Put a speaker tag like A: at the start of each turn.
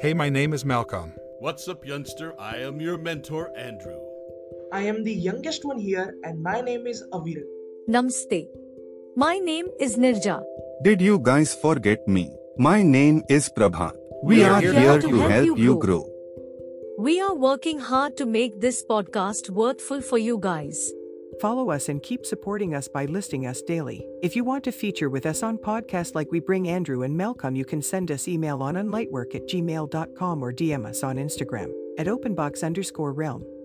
A: Hey, my name is Malcolm.
B: What's up, youngster? I am your mentor, Andrew.
C: I am the youngest one here, and my name is Avir.
D: Namaste. My name is Nirja.
E: Did you guys forget me? My name is Prabha. We,
D: We
E: are, here, to, help, you grow.
D: We are working hard to make this podcast worthwhil for you guys.
F: Follow us and keep supporting us by listing us daily. If you want to feature with us on podcasts like we bring Andrew and Malcolm, you can send us email on unlightwork at gmail.com or DM us on Instagram at openbox underscore realm.